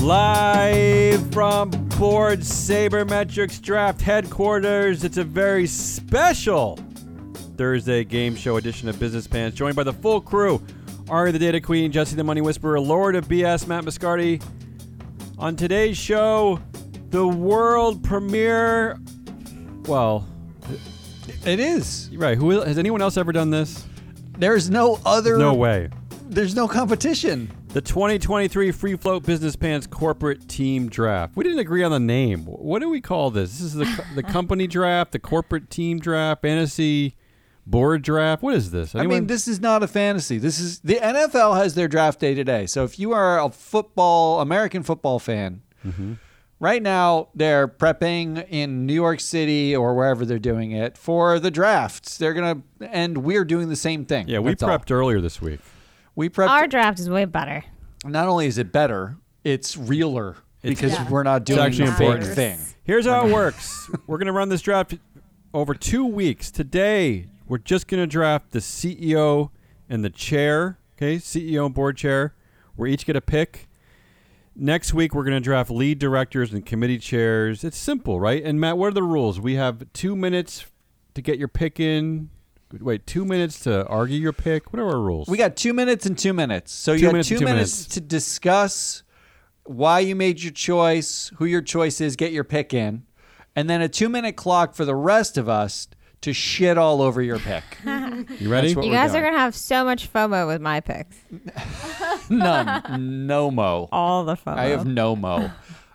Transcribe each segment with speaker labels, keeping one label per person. Speaker 1: Live from Board Sabermetrics Draft Headquarters, it's a very special Thursday game show edition of Business Pants, joined by the full crew Ari the Data Queen, Jesse the Money Whisperer, Lord of BS, Matt Mascardi. On today's show, the world premiere. Well,
Speaker 2: It is.
Speaker 1: you're right. Who has anyone else ever done this?
Speaker 2: There's no other.
Speaker 1: No way.
Speaker 2: There's no competition.
Speaker 1: The 2023 Free Float Business Pants Corporate Team Draft. We didn't agree on the name. What do we call this? This is the co- the company draft, the corporate team draft, fantasy board draft. What is this?
Speaker 2: I mean, this is not a fantasy. This is the NFL has their draft day today. So if you are a football American football fan,
Speaker 1: Mm-hmm.
Speaker 2: right now they're prepping in New York City or wherever they're doing it for the drafts. They're gonna and we're doing the same thing.
Speaker 1: yeah, we
Speaker 2: That's all.
Speaker 1: prepped earlier this week.
Speaker 2: We prepped.
Speaker 3: Our draft is way better.
Speaker 2: not only is it better, it's realer because
Speaker 3: Yeah.
Speaker 2: we're not doing
Speaker 1: actually
Speaker 2: the fake
Speaker 1: important.
Speaker 2: thing.
Speaker 1: Here's how it works. We're going to run this draft over two weeks. Today, we're just going to draft the CEO and the chair. Okay, CEO and board chair. We're each going to pick. Next week, we're going to draft lead directors and committee chairs. It's simple, right? And Matt, what are the rules? We have two minutes to get your pick in. Wait, two minutes to argue your pick. What are our rules?
Speaker 2: We got two minutes and two minutes. So
Speaker 1: Two
Speaker 2: you have
Speaker 1: minutes
Speaker 2: two,
Speaker 1: and two
Speaker 2: minutes,
Speaker 1: minutes.
Speaker 2: to discuss why you made your choice, who your choice is, get your pick in, and then a two minute clock for the rest of us to shit all over your pick.
Speaker 1: you ready?
Speaker 2: That's what
Speaker 3: You
Speaker 2: we're
Speaker 3: guys
Speaker 2: doing.
Speaker 3: are gonna have so much FOMO with my picks.
Speaker 2: None. No mo.
Speaker 3: All the FOMO.
Speaker 2: I have no mo.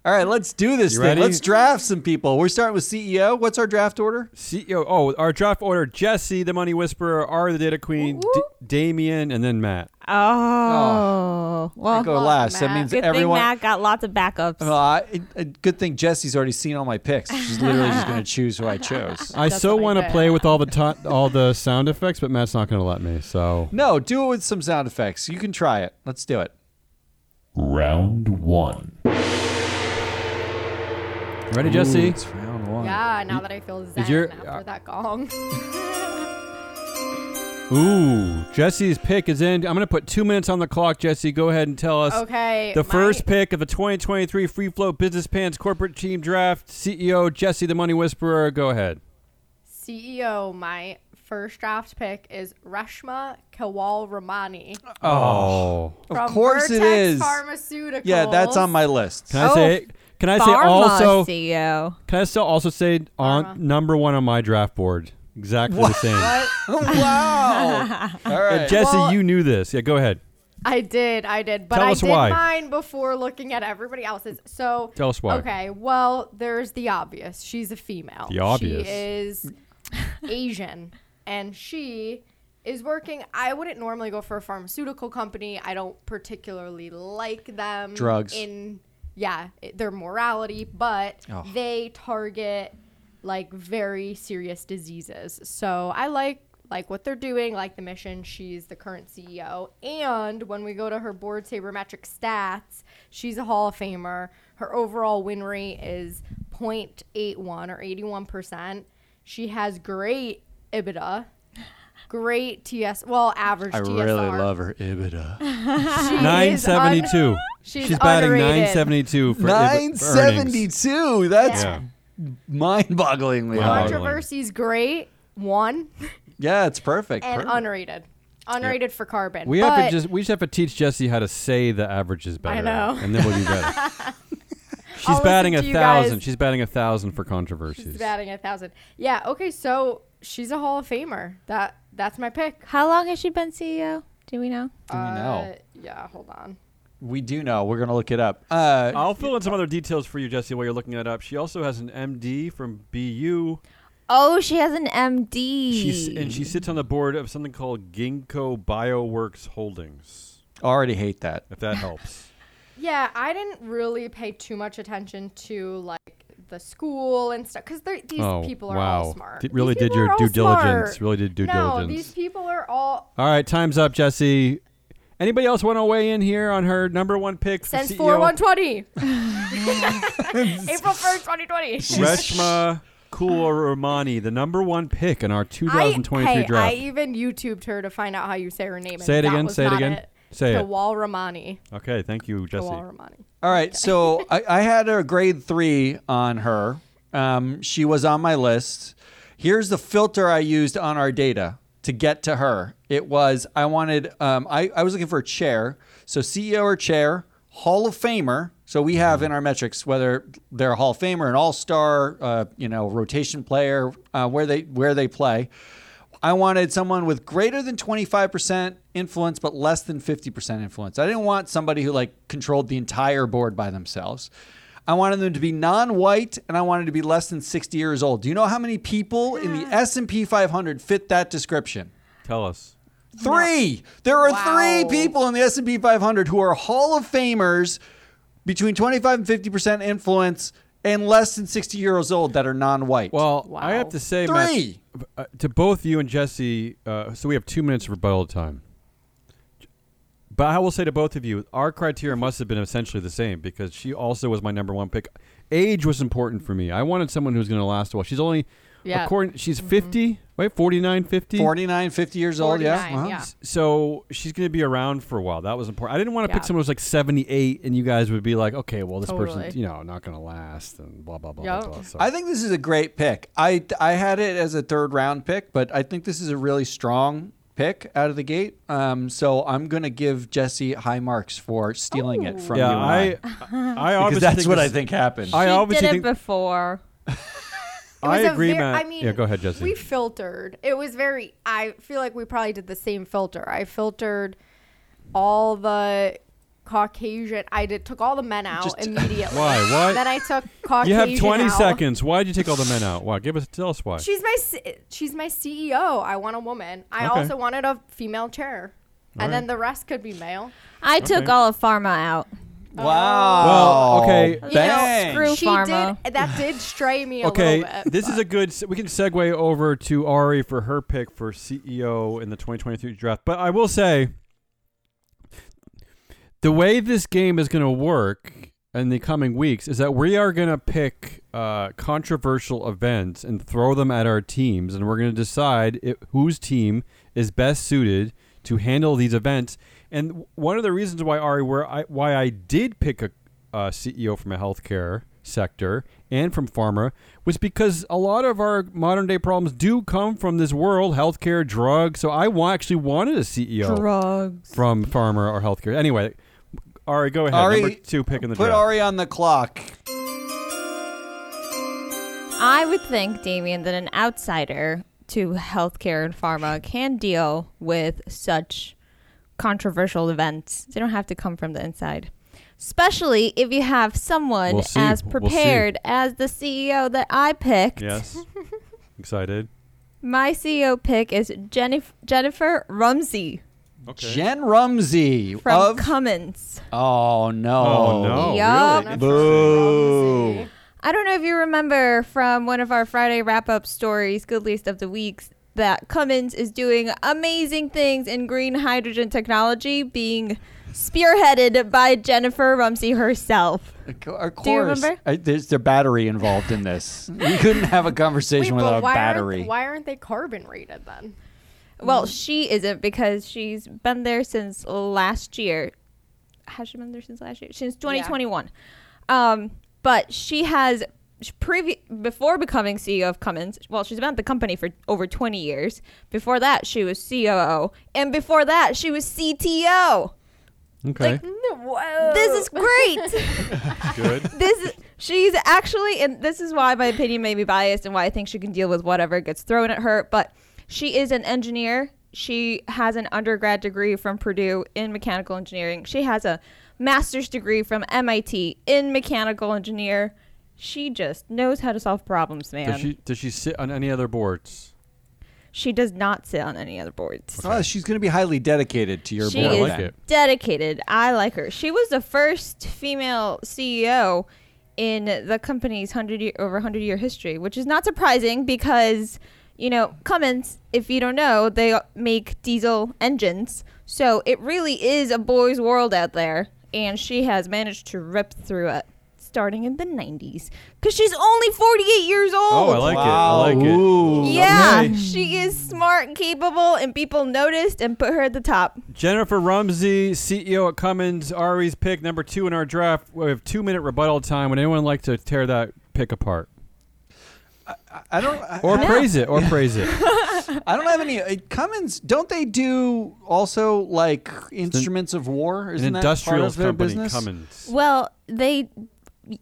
Speaker 2: All right, let's do this
Speaker 1: Uh-huh. You
Speaker 2: thing.
Speaker 1: ready?
Speaker 2: Let's draft some people. We're starting with CEO. What's our draft order?
Speaker 1: CEO. Oh, our draft order: Jesse, the Money Whisperer, R, the Data Queen, D- Damien, and then Matt.
Speaker 3: oh. well,
Speaker 2: I go last. That
Speaker 4: Matt.
Speaker 2: means
Speaker 3: good
Speaker 2: everyone.
Speaker 3: thing Matt got lots of backups.
Speaker 2: Well, I, a good thing Jesse's already seen all my picks. She's literally just going to choose who I chose.
Speaker 1: I
Speaker 4: That's
Speaker 1: so
Speaker 4: what I
Speaker 1: want to
Speaker 4: did.
Speaker 1: play with all the to- all the sound effects, but Matt's not going to let me. So
Speaker 2: No, do it with some sound effects. You can try it. Let's do it.
Speaker 5: Round one.
Speaker 1: ready, Jesse?
Speaker 2: It's round one.
Speaker 4: Yeah, now that I feel zen
Speaker 1: Um, your-
Speaker 4: after
Speaker 1: uh,
Speaker 4: that gong.
Speaker 1: Ooh, Jesse's pick is in. I'm going to put two minutes on the clock. Jesse, go ahead and tell us.
Speaker 4: Okay,
Speaker 1: The
Speaker 4: my-
Speaker 1: first pick of the 2023 Free Float Business Pants Corporate Team Draft. CEO Jesse, the Money Whisperer. Go ahead.
Speaker 4: CEO, E my first draft pick is Reshma Kawal Ramani
Speaker 1: Oh.
Speaker 4: from
Speaker 2: of course
Speaker 4: Vertex
Speaker 2: it is.
Speaker 4: Pharmaceuticals.
Speaker 2: yeah, that's on my list.
Speaker 1: Can I
Speaker 3: Oh,
Speaker 1: say? Can I say
Speaker 3: Pharma
Speaker 1: also?
Speaker 3: CEO.
Speaker 1: Can I still also say
Speaker 4: Pharma.
Speaker 1: on number one on my draft board? Exactly the same.
Speaker 2: wow. All right.
Speaker 1: Jesse,
Speaker 4: Well-
Speaker 1: you knew this. Yeah, go ahead.
Speaker 4: I did, I did, but
Speaker 1: Tell
Speaker 4: I
Speaker 1: us
Speaker 4: did
Speaker 1: why.
Speaker 4: mine before looking at everybody else's. So
Speaker 1: Tell us why.
Speaker 4: Okay, well, there's the obvious. She's a female.
Speaker 1: The obvious.
Speaker 4: She is Asian, and she is working. I wouldn't normally go for a pharmaceutical company. I don't particularly like them.
Speaker 2: Drugs.
Speaker 4: In yeah, it- their morality, but
Speaker 2: Oh.
Speaker 4: they target like very serious diseases. So I like like what they're doing, like the mission. She's the current CEO, and when we go to her board sabermetric stats, she's a Hall of Famer. Her overall win rate is 0.81 or 81 percent. She has great EBITDA, great TS, well average.
Speaker 2: I
Speaker 4: TSR.
Speaker 2: really love her EBITDA.
Speaker 4: She is un-
Speaker 1: 972.
Speaker 4: she's
Speaker 1: She's batting
Speaker 4: underrated.
Speaker 1: 972 for earnings.
Speaker 2: 972. That's
Speaker 1: Yeah.
Speaker 2: mind-bogglingly
Speaker 1: Wow.
Speaker 2: high.
Speaker 1: Controver-
Speaker 4: Controversy's great. One.
Speaker 2: Yeah, it's perfect.
Speaker 4: and
Speaker 2: perfect.
Speaker 4: unrated. Unrated for carbon.
Speaker 1: We have
Speaker 4: but
Speaker 1: to just we just have to teach Jesse how to say the averages better.
Speaker 4: I know.
Speaker 1: And then we'll do better. She's
Speaker 4: I'll listen
Speaker 1: batting a
Speaker 4: to you
Speaker 1: thousand.
Speaker 4: guys.
Speaker 1: She's batting a thousand for controversies.
Speaker 4: she's batting a thousand. Yeah. Okay. So she's a Hall of Famer. That that's my pick. Uh,
Speaker 3: How long has she been CEO? Do we know?
Speaker 2: Do we know?
Speaker 4: Yeah. Hold on.
Speaker 2: We do know. We're going to look it up. Uh,
Speaker 1: I'll fill in some other details for you, Jesse, while you're looking that up. She also has an MD from BU.
Speaker 3: Oh, she has an MD.
Speaker 4: E.
Speaker 1: She's, and she sits on the board of something called Ginkgo Bioworks Holdings,
Speaker 2: already hate that.
Speaker 1: if that helps.
Speaker 4: Yeah, I didn't really pay too much attention to like the school and stuff because these people are all smart.
Speaker 1: Did- Oh, really
Speaker 4: These
Speaker 1: did
Speaker 4: people are
Speaker 1: your
Speaker 4: all
Speaker 1: due
Speaker 4: smart.
Speaker 1: diligence. Really did due
Speaker 4: no,
Speaker 1: diligence.
Speaker 4: these people are all.
Speaker 1: All right, time's up, Jesse. Anybody else want to weigh in here on her number one pick for E
Speaker 4: Since
Speaker 1: CEO?
Speaker 4: four one twenty, April first, twenty twenty.
Speaker 1: Reshma Kularamani, the number one pick in our
Speaker 4: I,
Speaker 1: 2023
Speaker 4: hey,
Speaker 1: draft.
Speaker 4: I even YouTubed her to find out how you say her name. and
Speaker 1: Say it
Speaker 4: that
Speaker 1: again,
Speaker 4: was
Speaker 1: say it
Speaker 4: not
Speaker 1: again. Say it.
Speaker 4: Kawal Ramani.
Speaker 1: Okay, thank you, Jesse.
Speaker 4: Kawal Ramani.
Speaker 2: All right, so I, I had a grade three on her. Um, she was on my list. Here's the filter I used on our data to get to her. It was I wanted um, I, I was looking for a chair, so CEO or chair, Hall of Famer. So we have in our metrics whether they're a Hall of Famer, an All Star, uh, you know, rotation player, uh, where they where they play. I wanted someone with greater than 25% influence, but less than 50% influence. I didn't want somebody who like controlled the entire board by themselves. I wanted them to be non-white, and I wanted to be less than 60 years old. Do you know how many people in the S&P 500 fit that description?
Speaker 1: Tell us.
Speaker 2: Three. There are
Speaker 4: Wow.
Speaker 2: three people in the S and P 500 who are Hall of Famers, between 25 and 50 percent influence, and less than 60 years old that are non-white.
Speaker 1: Well, I
Speaker 4: Wow.
Speaker 1: have to say,
Speaker 2: Three.
Speaker 1: Matt, uh, to both you and Jesse, uh, so we have two minutes of rebuttal time. But I will say to both of you, our criteria must have been essentially the same because she also was my number one pick. Age was important for me. I wanted someone who's going to last a while. She's only,
Speaker 4: Yeah. Mm-hmm.
Speaker 1: according, she's 50, right? 49, 50?
Speaker 2: 49, 50 years old. Yeah.
Speaker 4: 49,
Speaker 2: Uh-huh.
Speaker 4: yeah.
Speaker 1: So she's going to be around for a while. That was important. I didn't want to pick
Speaker 4: Yeah.
Speaker 1: someone who's like 78 and you guys would be like, okay, well, this person's,
Speaker 4: Totally.
Speaker 1: you know, not going to last and blah, blah, blah,
Speaker 4: Yep.
Speaker 1: blah, blah. So.
Speaker 2: I think this is a great pick. I I had it as a third round pick, but I think this is a really strong pick out of the gate. Um, so I'm gonna give Jesse high marks for stealing it from
Speaker 1: yeah,
Speaker 2: you. And
Speaker 1: I,
Speaker 2: I,
Speaker 1: I obviously
Speaker 2: because that's
Speaker 1: think
Speaker 2: what
Speaker 1: this- Oh.
Speaker 2: I think happened.
Speaker 1: I
Speaker 3: she
Speaker 1: obviously
Speaker 3: did
Speaker 1: think-
Speaker 3: it before.
Speaker 4: It was
Speaker 1: I
Speaker 4: a
Speaker 1: agree,
Speaker 4: ver-
Speaker 1: Matt.
Speaker 4: I mean,
Speaker 1: yeah, go ahead, Jesse.
Speaker 4: We filtered. It was very. I feel like we probably did the same filter. I filtered all the Caucasian. I did took all the men out
Speaker 2: Just-
Speaker 4: immediately.
Speaker 1: Why? Why?
Speaker 4: Then I took Caucasian.
Speaker 1: you have 20
Speaker 4: out.
Speaker 1: seconds. Why did you take all the men out? Why? Give us tell us why.
Speaker 4: She's my C- she's my CEO. I want a woman. I
Speaker 1: Okay.
Speaker 4: also wanted a female chair,
Speaker 1: All
Speaker 4: and
Speaker 1: right.
Speaker 4: then the rest could be male.
Speaker 3: I took
Speaker 1: Okay.
Speaker 3: all of pharma out.
Speaker 2: wow.
Speaker 1: Well, okay.
Speaker 3: You know,
Speaker 2: Bang.
Speaker 3: screw
Speaker 4: She
Speaker 3: pharma.
Speaker 4: did. That did stray me a
Speaker 1: okay,
Speaker 4: little bit.
Speaker 1: this is a good. se- We can segue over to Ari for her pick for CEO in the 2023 draft. But I will say, the way this game is going to work in the coming weeks is that we are going to pick uh, controversial events and throw them at our teams, and we're going to decide i whose team is best suited to handle these events. And w- one of the reasons why Ari, where I, why I did pick a, a CEO from a healthcare sector and from pharma was because a lot of our modern day problems do come from this world healthcare drugs so i wa- actually wanted a E ceo
Speaker 3: Drugs.
Speaker 1: from farmer or healthcare. Anyway, Ari, go ahead.
Speaker 2: Ari,
Speaker 1: Number two pick in the
Speaker 2: Put
Speaker 1: draft.
Speaker 2: Ari on the clock.
Speaker 3: I would think, Damien, that an outsider to healthcare and pharma can deal with such controversial events. They don't have to come from the inside. Especially if you have someone
Speaker 1: We'll see.
Speaker 3: as
Speaker 1: We'll see.
Speaker 3: prepared as the CEO that I picked.
Speaker 1: Yes. Excited.
Speaker 3: My CEO pick is Jennifer, Jennifer Rumsey
Speaker 1: Okay.
Speaker 2: Jen Rumsey
Speaker 3: from
Speaker 2: of.
Speaker 3: Cummins.
Speaker 2: oh no.
Speaker 1: oh no.
Speaker 3: Yup.
Speaker 1: Really?
Speaker 2: Boo.
Speaker 4: Ramsey.
Speaker 3: I don't know if you remember from one of our Friday wrap up stories, Good Least of the Weeks, that Cummins is doing amazing things in green hydrogen technology, being spearheaded by Jennifer Rumsey herself.
Speaker 2: Of course.
Speaker 3: Do you remember?
Speaker 2: I, there's the battery involved in this. You couldn't have a conversation
Speaker 4: Wait, but
Speaker 2: without a
Speaker 4: why
Speaker 2: battery.
Speaker 4: Aren't, why aren't they carbon rated then?
Speaker 3: Well, she isn't because she's been there since last year. Has she been there since last year? Since 2021. Um, but she has sh- previ- before becoming CEO of Cummins. Well, she's been at the company for over 20 years. Before that, she was COO, and before that, she was CTO.
Speaker 1: Okay.
Speaker 3: Like,
Speaker 4: Whoa.
Speaker 3: This is great.
Speaker 1: Good.
Speaker 3: this is she's actually and this is why my opinion may be biased and why i think she can deal with whatever gets thrown at her but she is an engineer she has an undergrad degree from purdue in mechanical engineering she has a master's degree from mit in mechanical engineer she just knows how to solve problems man
Speaker 1: Does she does she sit on any other boards?
Speaker 3: she does not sit on any other boards
Speaker 2: Oh, she's going to be highly dedicated to your
Speaker 3: She
Speaker 2: board.
Speaker 1: I
Speaker 3: is
Speaker 1: like
Speaker 2: then.
Speaker 1: it.
Speaker 3: dedicated. I like her. She was the first female CEO in the company's hundred year over hundred year history, which is not surprising because you know Cummins. If you don't know, they make diesel engines, so it really is a boys' world out there, and she has managed to rip through it. starting in the 90s because she's only 48 years old.
Speaker 1: Oh, I like
Speaker 2: Wow.
Speaker 1: it. I like it.
Speaker 2: Ooh.
Speaker 3: yeah,
Speaker 1: Okay.
Speaker 3: she is smart and capable, and people noticed and put her at the top.
Speaker 1: Jennifer Rumsey, CEO at Cummins, Ari's pick number two in our draft. We have two minute rebuttal time. Would anyone like to tear that pick apart
Speaker 2: I don't. I,
Speaker 1: or
Speaker 2: I-
Speaker 1: praise it or praise it?
Speaker 2: I don't have any. Uh, Cummins, don't they do also like instruments of war?
Speaker 1: An
Speaker 2: Isn't that part
Speaker 1: industrial
Speaker 2: of their
Speaker 1: company,
Speaker 2: business?
Speaker 1: Cummins.
Speaker 3: Well, they,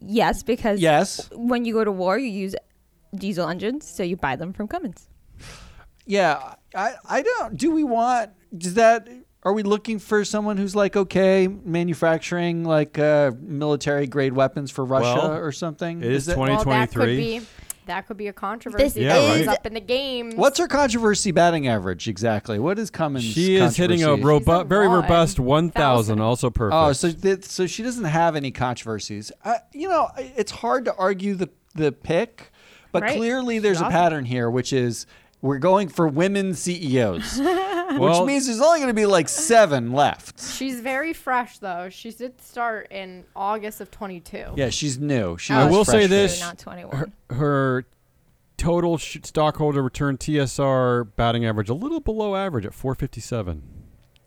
Speaker 3: yes, because
Speaker 2: Yes.
Speaker 3: when you go to war, you use diesel engines, so you buy them from Cummins.
Speaker 2: Yeah. I, I don't. Do we want? Does that? Are we looking for someone who's like okay, manufacturing like uh, military grade weapons for Russia
Speaker 1: Well,
Speaker 2: or something?
Speaker 1: It is
Speaker 2: that-
Speaker 4: Well, that could
Speaker 1: 2023.
Speaker 4: be that could be a controversy
Speaker 1: Yeah,
Speaker 4: that
Speaker 1: right.
Speaker 4: is up in the game.
Speaker 2: What's her controversy batting average exactly? What is Cummins?
Speaker 1: She is hitting a
Speaker 2: controversy?
Speaker 1: robust, very
Speaker 4: one
Speaker 1: robust 1,000, also perfect.
Speaker 2: Oh, so th- so she doesn't have any controversies. I, you know, I- it's hard to argue the the pick, but
Speaker 3: Right.
Speaker 2: clearly there's a pattern here, which is we're going for women CEOs,
Speaker 1: Well-
Speaker 2: which means there's only going to be like seven left.
Speaker 4: She's very fresh though. She did start in August of 22.
Speaker 2: Yeah, she's new. She
Speaker 1: I
Speaker 2: was
Speaker 1: will
Speaker 2: fresh
Speaker 1: say
Speaker 2: faced.
Speaker 1: this:
Speaker 3: not 21.
Speaker 1: her, her total sh- stockholder return (TSR) batting average a little below average at 457.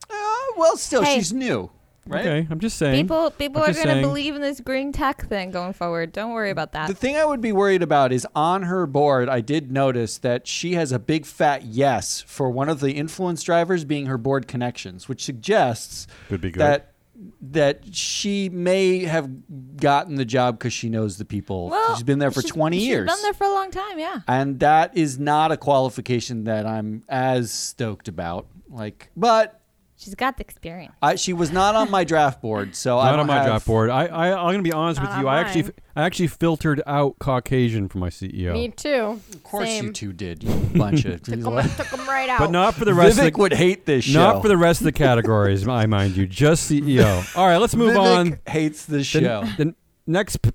Speaker 2: Uh, well, still
Speaker 3: Hey.
Speaker 2: she's new, right?
Speaker 1: Okay, I'm just saying.
Speaker 3: People, people
Speaker 1: I'm
Speaker 3: are
Speaker 1: just
Speaker 3: gonna
Speaker 1: saying.
Speaker 3: believe in this green tech thing going forward. Don't worry about that.
Speaker 2: The thing I would be worried about is on her board, I did notice that she has a big fat yes for one of the influence drivers being her board connections, which suggests
Speaker 1: Could be good.
Speaker 2: that that she may have gotten the job because she knows the people. she's been there for
Speaker 3: she's-
Speaker 2: 20 years.
Speaker 3: She's been there for a long time, yeah.
Speaker 2: and that is not a qualification that I'm as stoked about. Like, but
Speaker 3: She's got the experience.
Speaker 2: I, she was not on my draft board, so I
Speaker 1: not
Speaker 2: don't
Speaker 1: on my
Speaker 2: have-
Speaker 1: job board. I, I, I'm gonna be honest with
Speaker 4: Not
Speaker 1: you.
Speaker 4: on
Speaker 1: I actually, f-
Speaker 4: mine.
Speaker 1: I actually filtered out Caucasian for my E CEO,
Speaker 4: Me too.
Speaker 2: Of course,
Speaker 4: Same.
Speaker 2: you two did. You bunch of.
Speaker 4: Took 'em right out.
Speaker 1: but not for the rest
Speaker 2: Vivek
Speaker 1: of the
Speaker 2: would hate this show.
Speaker 1: not for the rest of the categories. I mind you, just CEO. All right, let's move
Speaker 2: Vivek
Speaker 1: on.
Speaker 2: Hates the
Speaker 1: The,
Speaker 2: show.
Speaker 1: the next p-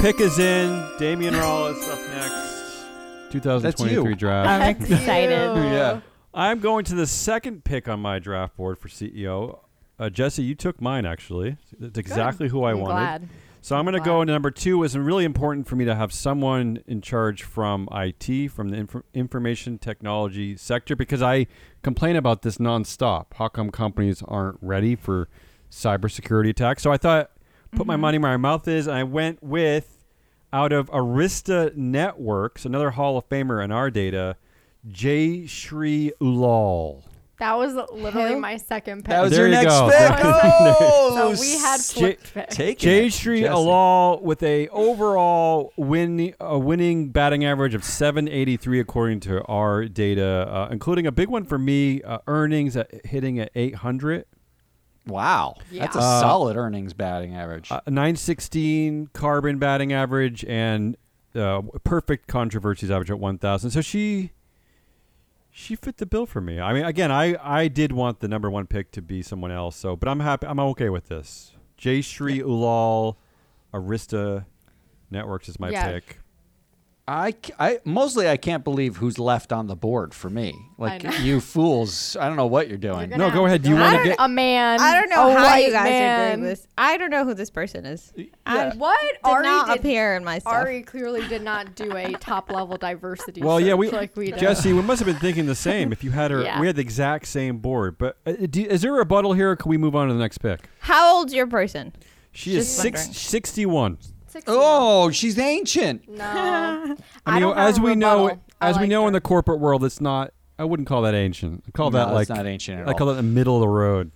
Speaker 1: pick is in. Damian Rollis up next. 2023
Speaker 2: you.
Speaker 1: draft.
Speaker 3: I'm
Speaker 4: excited.
Speaker 3: excited.
Speaker 4: Oh,
Speaker 2: yeah.
Speaker 1: I'm going to the second pick on my draft board for CEO. Uh, Jesse, you took mine actually. That's exactly who I
Speaker 4: I'm
Speaker 1: wanted.
Speaker 4: glad.
Speaker 1: So I'm going to
Speaker 4: Wow.
Speaker 1: go into number two. It's really important for me to have someone in charge from IT, from the inf- information technology sector, because I complain about this nonstop. How come companies aren't ready for cybersecurity attacks? So I thought, put my money where my mouth is, and I went with out of Arista Networks, another Hall of Famer in our data, Jay Shri Ulal.
Speaker 4: That was literally
Speaker 3: Who?
Speaker 4: my second pick.
Speaker 2: That was
Speaker 1: There
Speaker 2: your
Speaker 1: you
Speaker 2: next
Speaker 1: go.
Speaker 2: pick.
Speaker 4: so
Speaker 2: Oh,
Speaker 4: we had
Speaker 2: s-
Speaker 1: Jay-
Speaker 4: flipped picks.
Speaker 2: taken
Speaker 1: Jay
Speaker 2: it,
Speaker 1: Shri
Speaker 2: Jesse.
Speaker 1: Alal with a overall win a winning batting average of 783 according to our data, uh, including a big one for me, uh, earnings at, hitting at 800,
Speaker 2: Wow, that's a
Speaker 4: Yeah. Uh,
Speaker 2: solid earnings batting average.
Speaker 1: uh, 916 carbon batting average, and uh, perfect controversies average at 1,000. So she she fit the bill for me. I mean, again, I I did want the number one pick to be someone else, so but I'm happy. I'm okay with this. Jay Shri Ulal, Arista Networks is my
Speaker 4: Yeah.
Speaker 1: pick.
Speaker 2: I, c- I- mostly I can't believe who's left on the board for me. Like
Speaker 4: know.
Speaker 2: you fools, I don't know what you're doing.
Speaker 4: You're
Speaker 1: No,
Speaker 4: gonna
Speaker 1: go
Speaker 4: have
Speaker 1: ahead. Do you
Speaker 4: go
Speaker 1: wanna
Speaker 4: with
Speaker 1: get-
Speaker 4: a man?
Speaker 3: I don't know
Speaker 4: a
Speaker 3: how you
Speaker 4: white
Speaker 3: guys are
Speaker 4: man.
Speaker 3: doing this. I don't know who this person is. I did
Speaker 4: What Ari
Speaker 3: not
Speaker 4: did,
Speaker 3: appear in my stuff.
Speaker 4: Ari clearly did not do a top level diversity.
Speaker 1: Well, yeah,
Speaker 4: search
Speaker 1: we,
Speaker 4: like we did.
Speaker 1: Jesse, we must have been thinking the same. If you had her,
Speaker 4: Yeah.
Speaker 1: we had the exact same board. But uh, do, is there a rebuttal here? or Can we move on to the next pick?
Speaker 3: How old's your person?
Speaker 1: She is
Speaker 3: Just
Speaker 1: six,
Speaker 3: wondering.
Speaker 1: 61.
Speaker 2: Oh, she's ancient.
Speaker 4: no.
Speaker 1: I mean,
Speaker 4: don't have
Speaker 1: as
Speaker 4: a
Speaker 1: we know,
Speaker 4: rebuttal. I
Speaker 1: as we
Speaker 4: like
Speaker 1: know in
Speaker 4: her.
Speaker 1: the corporate world, it's not. I wouldn't call that ancient. I call
Speaker 2: No,
Speaker 1: that like
Speaker 2: that's not ancient at
Speaker 1: I call
Speaker 2: all.
Speaker 1: that the middle of the road.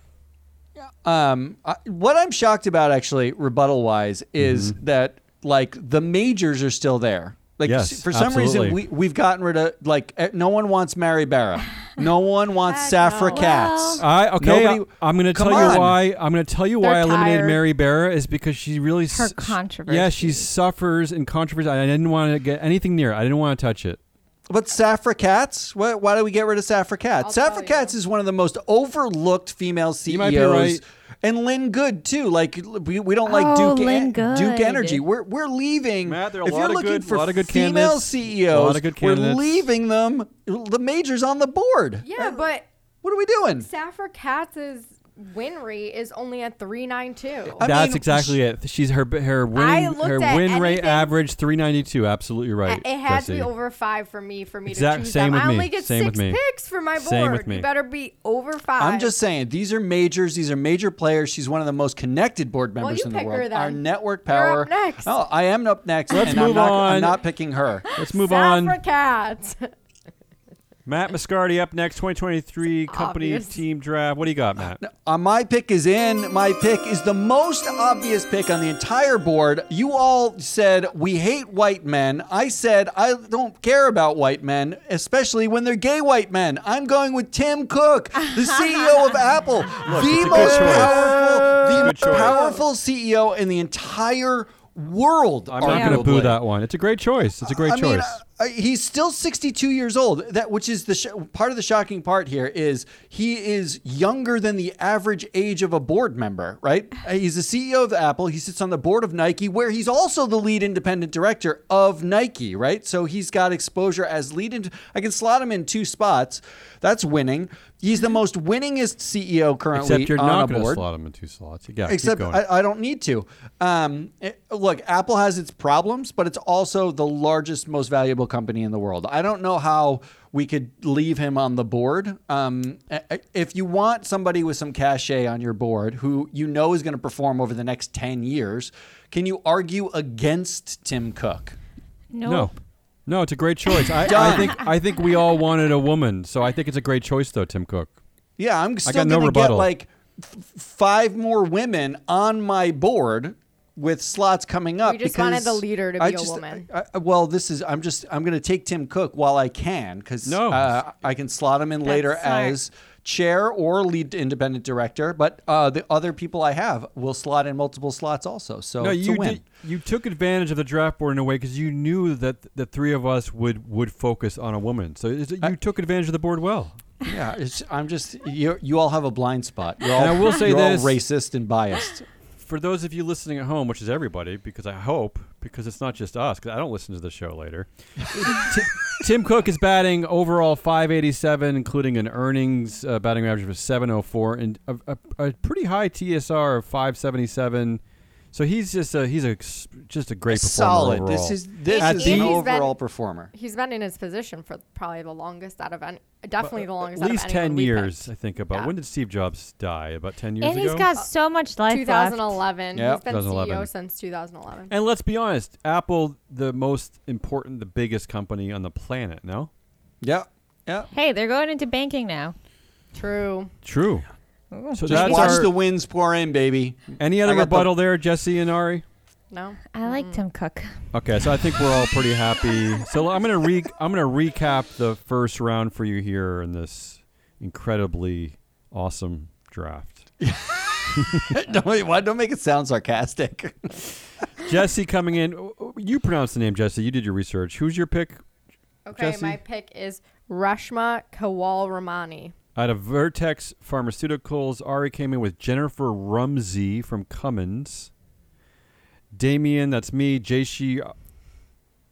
Speaker 2: Um, I, what I'm shocked about, actually, rebuttal wise, is
Speaker 1: Mm-hmm.
Speaker 2: that like the majors are still there. Like
Speaker 1: Yes,
Speaker 2: s- for some
Speaker 1: absolutely.
Speaker 2: reason, we we've gotten rid of like eh, no one wants Mary Barra, no one wants Safra
Speaker 4: no.
Speaker 2: Katz.
Speaker 1: I okay.
Speaker 2: Nobody-
Speaker 1: I, am going to
Speaker 2: Come
Speaker 1: tell
Speaker 2: on.
Speaker 1: you why. I'm going to tell you why I
Speaker 4: They're
Speaker 1: eliminated
Speaker 4: tired.
Speaker 1: Mary Barra is because she really her
Speaker 3: controversy.
Speaker 1: Yeah, she suffers in controversy. I didn't want to get anything near. it. I didn't want to touch it.
Speaker 2: But Safra Katz, why, why do we get rid of Safra Katz?
Speaker 4: I'll
Speaker 2: Safra
Speaker 4: tell
Speaker 2: Katz is one of the most overlooked female
Speaker 1: You
Speaker 2: CEOs.
Speaker 1: might be right.
Speaker 2: And Lynn Good too. Like we, we don't like
Speaker 3: Oh,
Speaker 2: Duke
Speaker 3: Lynn
Speaker 2: En- Duke
Speaker 3: Good.
Speaker 2: Energy. We're we're leaving.
Speaker 1: Matt, there are a
Speaker 2: if
Speaker 1: lot
Speaker 2: you're
Speaker 1: of
Speaker 2: looking
Speaker 1: good-
Speaker 2: for
Speaker 1: lot of good
Speaker 2: female
Speaker 1: candidates,
Speaker 2: CEOs,
Speaker 1: a lot of good
Speaker 2: we're
Speaker 1: candidates.
Speaker 2: leaving them. The majors on the board.
Speaker 4: Yeah, but
Speaker 2: What are we doing?
Speaker 4: Saffron Katz is win rate is only at 392.
Speaker 2: I
Speaker 1: That's
Speaker 2: mean,
Speaker 1: exactly it. She's her her
Speaker 4: I
Speaker 1: win
Speaker 4: looked
Speaker 1: her
Speaker 4: at
Speaker 1: win rate
Speaker 4: anything-
Speaker 1: average three ninety two. Absolutely right.
Speaker 4: It had to
Speaker 1: Jesse.
Speaker 4: be over five for me for me
Speaker 1: Exact-
Speaker 4: to choose
Speaker 1: same
Speaker 4: them.
Speaker 1: with
Speaker 4: I
Speaker 1: me.
Speaker 4: only get
Speaker 1: Same with
Speaker 4: six
Speaker 1: me.
Speaker 4: picks for my board.
Speaker 1: Same with me.
Speaker 4: You better be over five.
Speaker 2: I'm just saying these are majors. These are major players. She's one of the most connected board members
Speaker 4: you
Speaker 2: in the
Speaker 4: pick
Speaker 2: world.
Speaker 4: her then.
Speaker 2: Our network
Speaker 4: You're
Speaker 2: power.
Speaker 4: up next.
Speaker 2: Oh, I am up next.
Speaker 1: Let's
Speaker 2: and
Speaker 1: move
Speaker 2: I'm not,
Speaker 1: on.
Speaker 2: I'm not picking her.
Speaker 1: Let's move on.
Speaker 4: Saffron Cats.
Speaker 1: Matt Mascardi up next. Twenty twenty three company
Speaker 4: obvious.
Speaker 1: team draft. What do you got, Matt?
Speaker 2: Uh, my pick is in. My pick is the most obvious pick on the entire board. You all said we hate white men. I said I don't care about white men, especially when they're gay white men. I'm going with Tim Cook, the CEO of Apple, the
Speaker 1: it's a good
Speaker 2: most
Speaker 1: choice.
Speaker 2: powerful, the
Speaker 1: Good
Speaker 2: most
Speaker 1: choice.
Speaker 2: powerful CEO in the entire world.
Speaker 1: I'm not going to boo
Speaker 2: arguably.
Speaker 1: that one. It's a great choice. It's a great
Speaker 2: I
Speaker 1: choice.
Speaker 2: Mean, uh, he's still 62 years old. That which is the sh- part of the shocking part here is he is younger than the average age of a board member, right? Uh, He's the CEO of Apple. He sits on the board of Nike where he's also the lead independent director of Nike, right? So he's got exposure as lead ind- I can slot him in two spots. That's winning. He's the most winningest CEO currently
Speaker 1: Except you're
Speaker 2: on
Speaker 1: not
Speaker 2: a
Speaker 1: going to
Speaker 2: board.
Speaker 1: slot them in two slots. Yeah,
Speaker 2: Except
Speaker 1: keep going.
Speaker 2: I, I don't need to. Um, it- look, Apple has its problems, but it's also the largest, most valuable company in the world. I don't know how we could leave him on the board. Um, I- I- if you want somebody with some cachet on your board who you know is going to perform over the next 10 years, can you argue against Tim Cook?
Speaker 1: no. No, it's a great choice. I, I
Speaker 2: Done.
Speaker 1: think I think we all wanted a woman, so I think it's a great choice though, Tim Cook.
Speaker 2: Yeah, I'm still
Speaker 1: got no
Speaker 2: going to get
Speaker 1: rebuttal.
Speaker 2: like f- five more women on my board with slots coming up.
Speaker 4: We just
Speaker 2: because
Speaker 4: wanted the leader to
Speaker 2: I
Speaker 4: be a
Speaker 2: just-
Speaker 4: woman.
Speaker 2: I- I- well, this is I'm just I'm going to take Tim Cook while I can because
Speaker 1: No.
Speaker 2: uh, I can slot him in later
Speaker 3: smart.
Speaker 2: as chair or lead independent director. But uh, the other people I have will slot in multiple slots also. So
Speaker 1: No,
Speaker 2: it's
Speaker 1: you
Speaker 2: a win.
Speaker 1: did, you took advantage of the draft board in a way because you knew that the three of us would would focus on a woman. So it's, you took advantage of the board well.
Speaker 2: Yeah, it's, I'm just you. You all have a blind spot. You're all,
Speaker 1: And I will say
Speaker 2: you're all
Speaker 1: this.
Speaker 2: racist and biased.
Speaker 1: For those of you listening at home, which is everybody, because I hope because it's not just us, because I don't listen to the show later. Ti- Tim Cook is batting overall 587, including an earnings uh, batting average of 704 and a, a, a pretty high TSR of 577. So he's just a he's a s- just a great performer
Speaker 2: Solid.
Speaker 1: overall.
Speaker 2: This is this
Speaker 4: At
Speaker 2: is
Speaker 4: the-
Speaker 2: an
Speaker 4: He's been-
Speaker 2: overall performer.
Speaker 4: He's been in his position for probably the longest out of any, definitely the longest.
Speaker 1: at least
Speaker 4: out of anyone
Speaker 1: 10
Speaker 4: we
Speaker 1: years,
Speaker 4: picked.
Speaker 1: I think about.
Speaker 4: Yeah.
Speaker 1: When did Steve Jobs die? About 10 years
Speaker 3: and
Speaker 1: ago.
Speaker 3: he's got so much life
Speaker 4: 2011.
Speaker 2: Yep.
Speaker 4: He's been
Speaker 1: 2011.
Speaker 4: CEO since 2011.
Speaker 1: and let's be honest, Apple the most important the biggest company on the planet, no?
Speaker 2: Yeah. Yeah.
Speaker 3: Hey, they're going into banking now.
Speaker 4: True.
Speaker 1: True. So
Speaker 2: Just
Speaker 1: that's
Speaker 2: watch
Speaker 1: our,
Speaker 2: the winds pour in, baby.
Speaker 1: any
Speaker 2: I
Speaker 1: other
Speaker 2: got the-
Speaker 1: rebuttal there, Jesse and Ari?
Speaker 4: No.
Speaker 3: I like Tim Cook.
Speaker 1: Okay, so I think we're all pretty happy. So I'm gonna re I'm gonna recap the first round for you here in this incredibly awesome draft.
Speaker 2: don't, why, don't make it sound sarcastic.
Speaker 1: Jesse coming in. You pronounced the name Jesse. You did your research. Who's your pick?
Speaker 4: Okay,
Speaker 1: Jesse?
Speaker 4: my pick is Rashma Kawal Ramani.
Speaker 1: Out of Vertex Pharmaceuticals, Ari came in with Jennifer Rumsey from Cummins. Damien, that's me. Jashi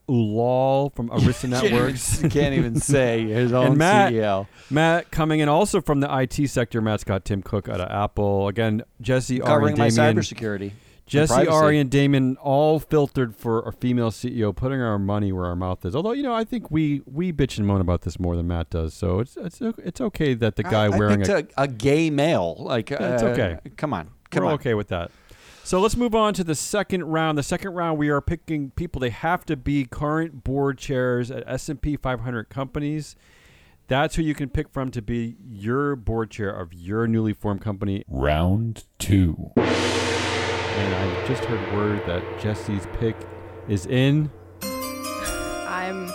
Speaker 1: Ulal from Arista Networks.
Speaker 2: you can't even say his own E
Speaker 1: And Matt-
Speaker 2: CEO.
Speaker 1: Matt coming in also from the IT sector. Matt's got Tim Cook out of Apple. Again, Jesse, Ari,
Speaker 2: Covering
Speaker 1: and
Speaker 2: my
Speaker 1: E Damien.
Speaker 2: cybersecurity.
Speaker 1: Jesse,
Speaker 2: privacy.
Speaker 1: Ari, and Damon all filtered for a female CEO, putting our money where our mouth is. Although you know, I think we we bitch and moan about this more than Matt does. So it's it's o- it's okay that the guy
Speaker 2: I,
Speaker 1: wearing
Speaker 2: I
Speaker 1: a
Speaker 2: picked a, a gay male. Like
Speaker 1: it's
Speaker 2: uh,
Speaker 1: okay.
Speaker 2: Come on. Come
Speaker 1: we're
Speaker 2: on.
Speaker 1: okay with that. So let's move on to the second round. The second round, we are picking people. They have to be current board chairs at S and P 500 companies. That's who you can pick from to be your board chair of your newly formed company.
Speaker 5: Round two.
Speaker 1: And I just heard word that Jesse's pick is in.
Speaker 4: I'm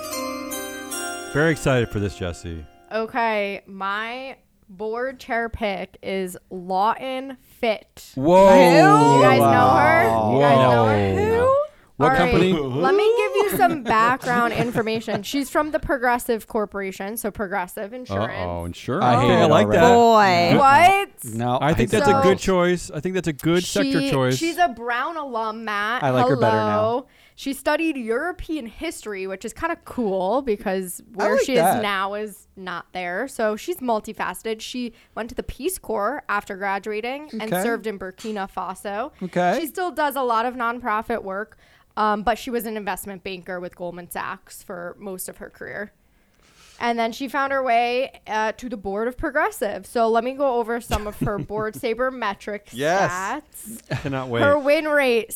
Speaker 1: Very excited for this, Jesse.
Speaker 4: okay. My board chair pick is Lawton Fit.
Speaker 1: Whoa!
Speaker 4: You guys know her? You guys know her?
Speaker 1: Whoa.
Speaker 4: Who?
Speaker 1: What
Speaker 4: All right,
Speaker 1: company?
Speaker 4: let me give you some background information. She's from the Progressive Corporation, so Progressive Insurance.
Speaker 1: Uh oh, insurance.
Speaker 2: I hate
Speaker 1: Okay,
Speaker 2: it
Speaker 1: I like
Speaker 2: already.
Speaker 1: that.
Speaker 3: Boy.
Speaker 4: What? chance.
Speaker 2: No,
Speaker 1: I think that's a
Speaker 4: So-
Speaker 1: good choice. I think that's a good sector
Speaker 4: Oh, She-
Speaker 1: choice.
Speaker 4: She's a Brown alum, Matt.
Speaker 2: I like her better now.
Speaker 4: Hello. She studied European history, which is kind of cool because where
Speaker 2: like
Speaker 4: she
Speaker 2: that.
Speaker 4: is now is not there. So she's multifaceted. She went to the Peace Corps after graduating and
Speaker 2: Okay.
Speaker 4: served in Burkina Faso.
Speaker 2: Okay.
Speaker 4: She still does a lot of nonprofit work, um, but she was an investment banker with Goldman Sachs for most of her career. And then she found her way uh, to the board of Progressive. So let me go over some of her board saber metric
Speaker 6: Yes.
Speaker 4: stats.
Speaker 1: Cannot wait.
Speaker 4: Her win rate,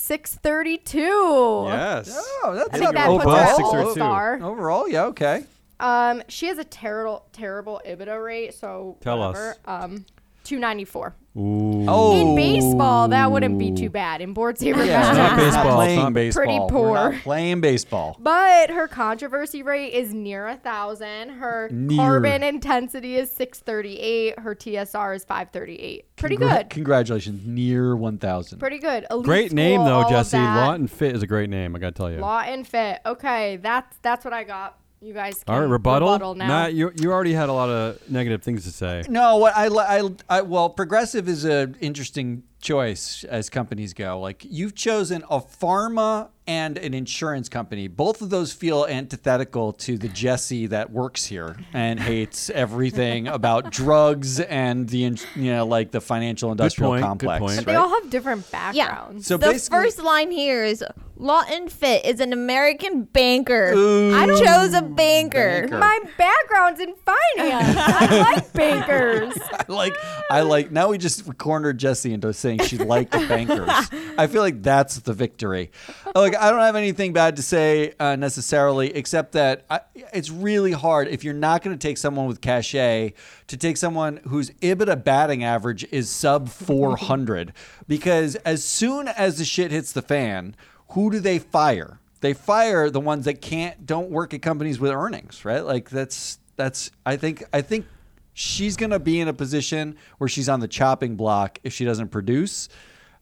Speaker 4: 632.
Speaker 6: Yes.
Speaker 2: Oh,
Speaker 4: I
Speaker 2: that's
Speaker 4: think
Speaker 2: not
Speaker 4: that puts her
Speaker 1: overall.
Speaker 4: at
Speaker 1: Six or
Speaker 4: all
Speaker 1: two.
Speaker 4: star.
Speaker 2: Overall, yeah, okay.
Speaker 4: Um, she has a terrible, terrible EBITDA rate. So
Speaker 1: Tell
Speaker 4: whatever. Um, 294.
Speaker 1: Ooh.
Speaker 2: Oh,
Speaker 4: In baseball, that wouldn't be too bad. In board saber
Speaker 2: Yeah,
Speaker 1: It's not
Speaker 2: we're
Speaker 1: baseball, it's
Speaker 2: playing
Speaker 1: not
Speaker 2: baseball.
Speaker 4: Pretty
Speaker 2: We're not
Speaker 4: poor.
Speaker 2: playing baseball.
Speaker 4: But her controversy rate is near a thousand. Her
Speaker 1: Near.
Speaker 4: carbon intensity is 638. Her TSR is 538. Pretty
Speaker 2: Congra-
Speaker 4: good.
Speaker 2: Congratulations, near 1,000.
Speaker 4: Pretty good. Elite
Speaker 1: Great name
Speaker 4: school, all
Speaker 1: though,
Speaker 4: of
Speaker 1: Jesse.
Speaker 4: that.
Speaker 1: Lawton Fit is a great name. I gotta tell you.
Speaker 4: Law and fit. Okay, that's that's what I got. You guys. Can
Speaker 1: All right, rebuttal.
Speaker 4: now.
Speaker 1: Matt, you you already had a lot of negative things to say.
Speaker 2: No, what I, li- I, I well, progressive is an interesting choice as companies go. Like you've chosen a pharma and an insurance company. Both of those feel antithetical to the Jesse that works here and hates everything about drugs and the ins- you know like the financial industrial
Speaker 1: point, good
Speaker 2: complex.
Speaker 1: point.
Speaker 4: But
Speaker 1: But
Speaker 4: they
Speaker 2: right?
Speaker 4: all have different
Speaker 3: Yeah.
Speaker 4: backgrounds.
Speaker 2: So
Speaker 3: the
Speaker 2: basically-
Speaker 3: first line here is Lawton Fit is an American banker. I chose a banker.
Speaker 2: Banker.
Speaker 4: My background's in finance. I like bankers.
Speaker 2: I like I like now we just cornered Jesse into saying she liked the bankers. I feel like that's the victory. Like I don't have anything bad to say uh, necessarily, except that I, it's really hard if you're not going to take someone with cachet to take someone whose EBITDA batting average is sub 400, because as soon as the shit hits the fan, who do they fire? They fire the ones that can't don't work at companies with earnings, right? Like that's that's I think I think she's going to be in a position where she's on the chopping block if she doesn't produce.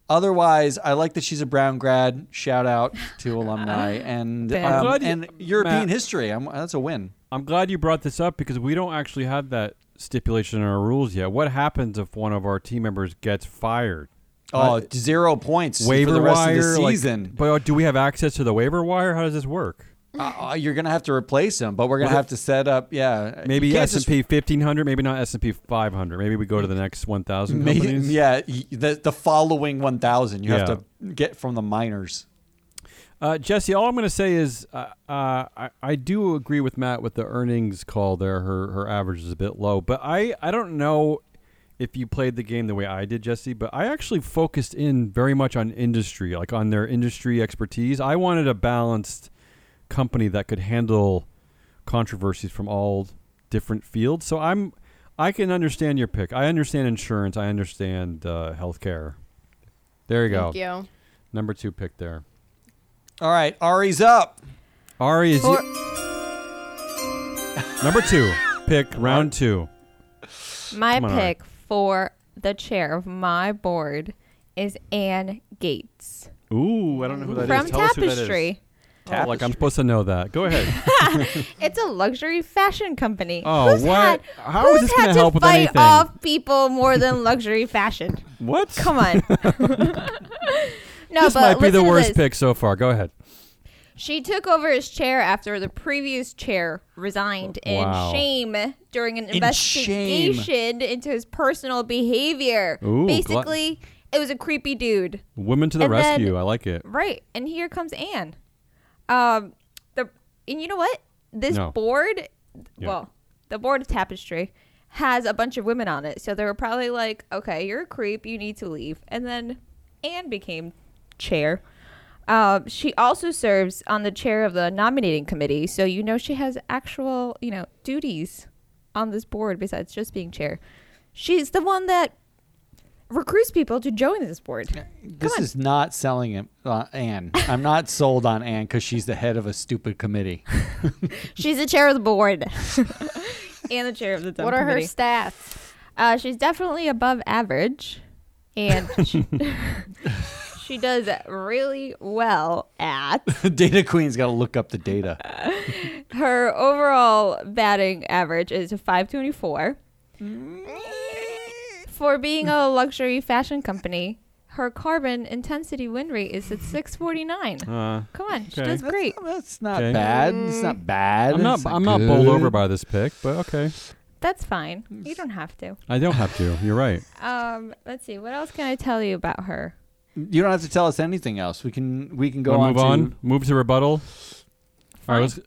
Speaker 2: Otherwise, I like that she's a Brown grad. Shout out to alumni and
Speaker 4: Bam.
Speaker 1: I'm
Speaker 2: um,
Speaker 1: glad you-
Speaker 2: and European
Speaker 1: Matt.
Speaker 2: history. I'm, that's a win.
Speaker 1: I'm glad you brought this up because we don't actually have that stipulation in our rules yet. What happens if one of our team members gets fired?
Speaker 2: Oh, zero points
Speaker 1: Uh, Waiver
Speaker 2: for the rest
Speaker 1: wire
Speaker 2: of the
Speaker 1: like-
Speaker 2: season.
Speaker 1: but uh, do we have access to the waiver wire? How does this work?
Speaker 2: Uh, you're going to have to replace him, but we're going to have to set up. Yeah,
Speaker 1: Maybe
Speaker 2: you can't
Speaker 1: S
Speaker 2: just
Speaker 1: and P 1500. Maybe not S and P 500. Maybe we go to the next 1,000
Speaker 2: May-
Speaker 1: companies.
Speaker 2: yeah, y- the the following one thousand you
Speaker 1: Yeah.
Speaker 2: have to get from the minors.
Speaker 1: Uh, Jesse, all I'm going to say is uh, uh, I, I do agree with Matt with the earnings call there. Her her average is a bit low, but I, I don't know if you played the game the way I did, Jesse. But I actually focused in very much on industry, like on their industry expertise. I wanted a balanced company that could handle controversies from all different fields. So I'm I can understand your pick. I understand insurance. I understand uh, healthcare. There you go.
Speaker 4: Thank you.
Speaker 1: Number two pick there.
Speaker 2: All right, Ari's up.
Speaker 1: Ari is
Speaker 3: Or-
Speaker 1: number two pick round two.
Speaker 3: My
Speaker 1: Come on, Ari.
Speaker 3: pick for the chair of my board is Anne Gates
Speaker 1: Oooo, I don't know who that is.
Speaker 3: from
Speaker 1: Tell us who that is.
Speaker 3: Tapestry.
Speaker 1: Oh, like I'm supposed to know that. Go ahead.
Speaker 3: It's a luxury fashion company.
Speaker 1: Oh,
Speaker 3: who's
Speaker 1: what?
Speaker 3: Had,
Speaker 1: How is
Speaker 3: who's
Speaker 1: this
Speaker 3: had
Speaker 1: gonna
Speaker 3: to
Speaker 1: help with
Speaker 3: fight
Speaker 1: anything?
Speaker 3: off people more than luxury fashion?
Speaker 1: what?
Speaker 3: Come on. no,
Speaker 1: this
Speaker 3: but
Speaker 1: might be
Speaker 3: listen
Speaker 1: the
Speaker 3: to
Speaker 1: worst
Speaker 3: this.
Speaker 1: pick so far. Go ahead.
Speaker 3: She took over his chair after the previous chair resigned in
Speaker 1: Wow.
Speaker 3: shame during an
Speaker 2: In shame.
Speaker 3: investigation into his personal behavior.
Speaker 1: Ooh, glut-
Speaker 3: Basically, it was a creepy dude.
Speaker 1: Women to the
Speaker 3: And then-
Speaker 1: rescue. I like it.
Speaker 3: Right. And here comes Anne. Um the and you know what? This
Speaker 1: No.
Speaker 3: board
Speaker 1: Yeah.
Speaker 3: well, the board of tapestry has a bunch of women on it. So they were probably like, Okay, you're a creep, you need to leave. And then Anne became chair. Um, she also serves on the chair of the nominating committee, so you know she has actual, you know, duties on this board besides just being chair. She's the one that recruits people to join this board.
Speaker 2: This is not selling him, uh, Anne. I'm not sold on Anne because she's the head of a stupid committee.
Speaker 3: She's the chair of the board and the chair of the dumb
Speaker 4: What are her
Speaker 3: committee.
Speaker 4: stats?
Speaker 3: uh, she's definitely above average, and she, she does really well at
Speaker 2: data queen's got to look up the data.
Speaker 3: her Mm. overall batting average is 524. for being a luxury fashion company, her carbon intensity win rate is at 649.
Speaker 1: Uh,
Speaker 3: Come on, she
Speaker 1: okay.
Speaker 3: does
Speaker 2: That's-
Speaker 3: great.
Speaker 2: That's not
Speaker 1: Okay.
Speaker 2: bad. It's not bad.
Speaker 1: I'm not.
Speaker 2: It's
Speaker 1: I'm not bowled
Speaker 2: good.
Speaker 1: over by this pick, but okay.
Speaker 3: That's fine. You don't have to.
Speaker 1: I don't have to. You're right.
Speaker 3: Um, let's see. What else can I tell you about her?
Speaker 2: You don't have to tell us anything else. We can we can go
Speaker 1: Wanna
Speaker 2: on.
Speaker 1: move
Speaker 2: to,
Speaker 1: on. Move to rebuttal. All right.
Speaker 3: Fine.
Speaker 1: Let's,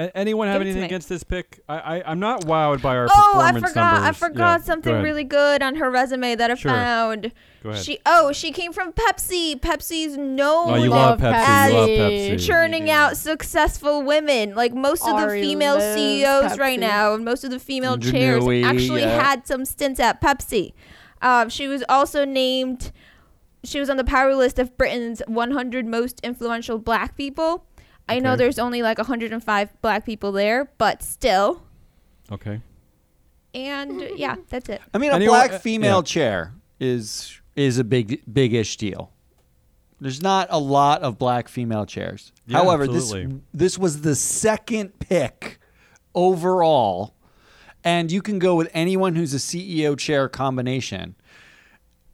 Speaker 1: A- anyone have
Speaker 3: Give it to
Speaker 1: anything
Speaker 3: me.
Speaker 1: against this pick? I, I I'm not wowed by our
Speaker 3: Oh, I
Speaker 1: performance
Speaker 3: forgot. I
Speaker 1: numbers. Yeah,
Speaker 3: forgot
Speaker 1: go
Speaker 3: something
Speaker 1: ahead.
Speaker 3: really good on her resume that I
Speaker 1: Sure.
Speaker 3: found.
Speaker 1: Go ahead.
Speaker 3: She oh, she came from Pepsi. Pepsi's known
Speaker 1: oh, you love
Speaker 4: love
Speaker 1: Pepsi.
Speaker 3: Pepsi.
Speaker 1: You love Pepsi.
Speaker 3: churning out successful women. Like most of the
Speaker 4: Ari
Speaker 3: female
Speaker 4: loves
Speaker 3: CEOs right
Speaker 4: Pepsi.
Speaker 3: now, and most of the female
Speaker 2: Gianni,
Speaker 3: chairs actually
Speaker 2: yeah.
Speaker 3: had some stints at Pepsi. Um, she was also named. She was on the power list of Britain's 100 most influential black people. I know
Speaker 1: Okay.
Speaker 3: there's only like 105 black people there, but still.
Speaker 1: Okay.
Speaker 3: And yeah, that's it.
Speaker 2: I mean, a
Speaker 1: Anyone- uh,
Speaker 2: black female
Speaker 1: yeah.
Speaker 2: chair is is a big big-ish deal. There's not a lot of black female chairs.
Speaker 1: Yeah,
Speaker 2: However,
Speaker 1: absolutely.
Speaker 2: this this was the second pick overall, and you can go with anyone who's a CEO chair combination.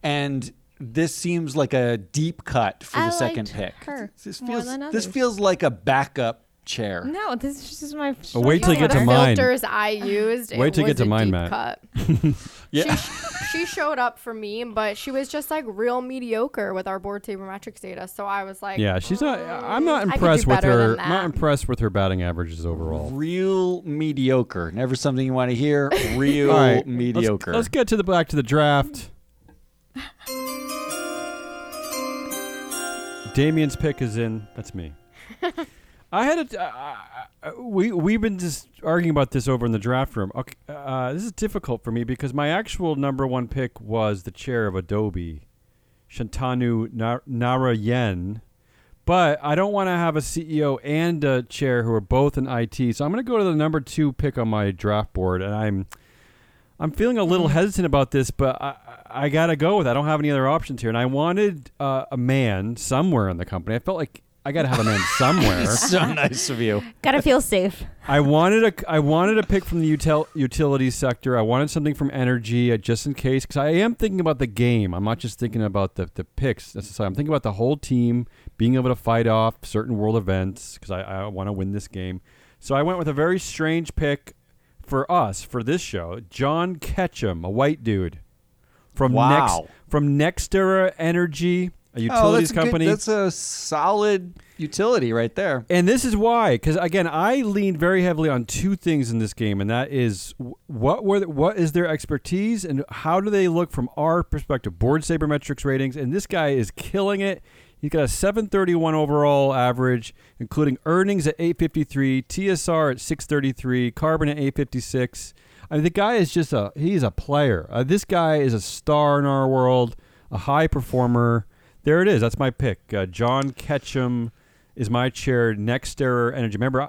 Speaker 2: And this seems like a deep cut for
Speaker 3: I
Speaker 2: the second
Speaker 3: liked
Speaker 2: pick.
Speaker 3: her
Speaker 2: this
Speaker 3: more
Speaker 2: feels
Speaker 3: than
Speaker 2: this
Speaker 3: others.
Speaker 2: feels like a backup chair.
Speaker 3: No, this is just my.
Speaker 1: Oh, wait till you get
Speaker 4: the
Speaker 1: to mine.
Speaker 4: filters I used. it
Speaker 1: Wait till you get to
Speaker 4: was a
Speaker 1: mine,
Speaker 4: deep
Speaker 1: Matt.
Speaker 4: Cut.
Speaker 2: Yeah.
Speaker 4: She, she showed up for me, but she was just like real mediocre with our board sabermetrics data. So I was like, "Oh,
Speaker 1: Yeah, she's not. I'm not
Speaker 4: I could do
Speaker 1: impressed with
Speaker 4: better
Speaker 1: her.
Speaker 4: than
Speaker 1: I'm not
Speaker 4: that.
Speaker 1: impressed with her batting averages overall.
Speaker 2: Real mediocre. Never something you want to hear. Real
Speaker 1: All right, let's-
Speaker 2: mediocre.
Speaker 1: Let's, get to the back to the draft. Damien's pick is in. That's me. I had a. Uh, we we've been just arguing about this over in the draft room. Okay, uh, this is difficult for me because my actual number one pick was the chair of Adobe, Shantanu Nar- Narayen. But I don't want to have a CEO and a chair who are both in IT. So I'm going to go to the number two pick on my draft board, and I'm I'm feeling a little hesitant about this, but I, I got to go with. It. I don't have any other options here, and I wanted uh, a man somewhere in the company. I felt like I got to have a man somewhere.
Speaker 2: so nice of you.
Speaker 3: Gotta feel safe.
Speaker 1: I wanted a I wanted a pick from the util, utilities sector. I wanted something from energy, uh, just in case, because I am thinking about the game. I'm not just thinking about the, the picks necessarily. I'm thinking about the whole team being able to fight off certain world events because I, I want to win this game. So I went with a very strange pick for us for this show, John Ketchum, a white dude from
Speaker 2: Wow.
Speaker 1: Next from Nextera Energy, a utilities company.
Speaker 2: that's a solid utility right there.
Speaker 1: And this is why, because again, I leaned very heavily on two things in this game, and that is wh- what were the, what is their expertise, and how do they look from our perspective? Board sabermetrics ratings, and this guy is killing it. He's got a 731 overall average, including earnings at 853, TSR at 633, carbon at 856. I mean, the guy is just a he's a player. Uh, this guy is a star in our world, a high performer. There it is. That's my pick. Uh, John Ketchum is my chair. Next error energy. Remember, I,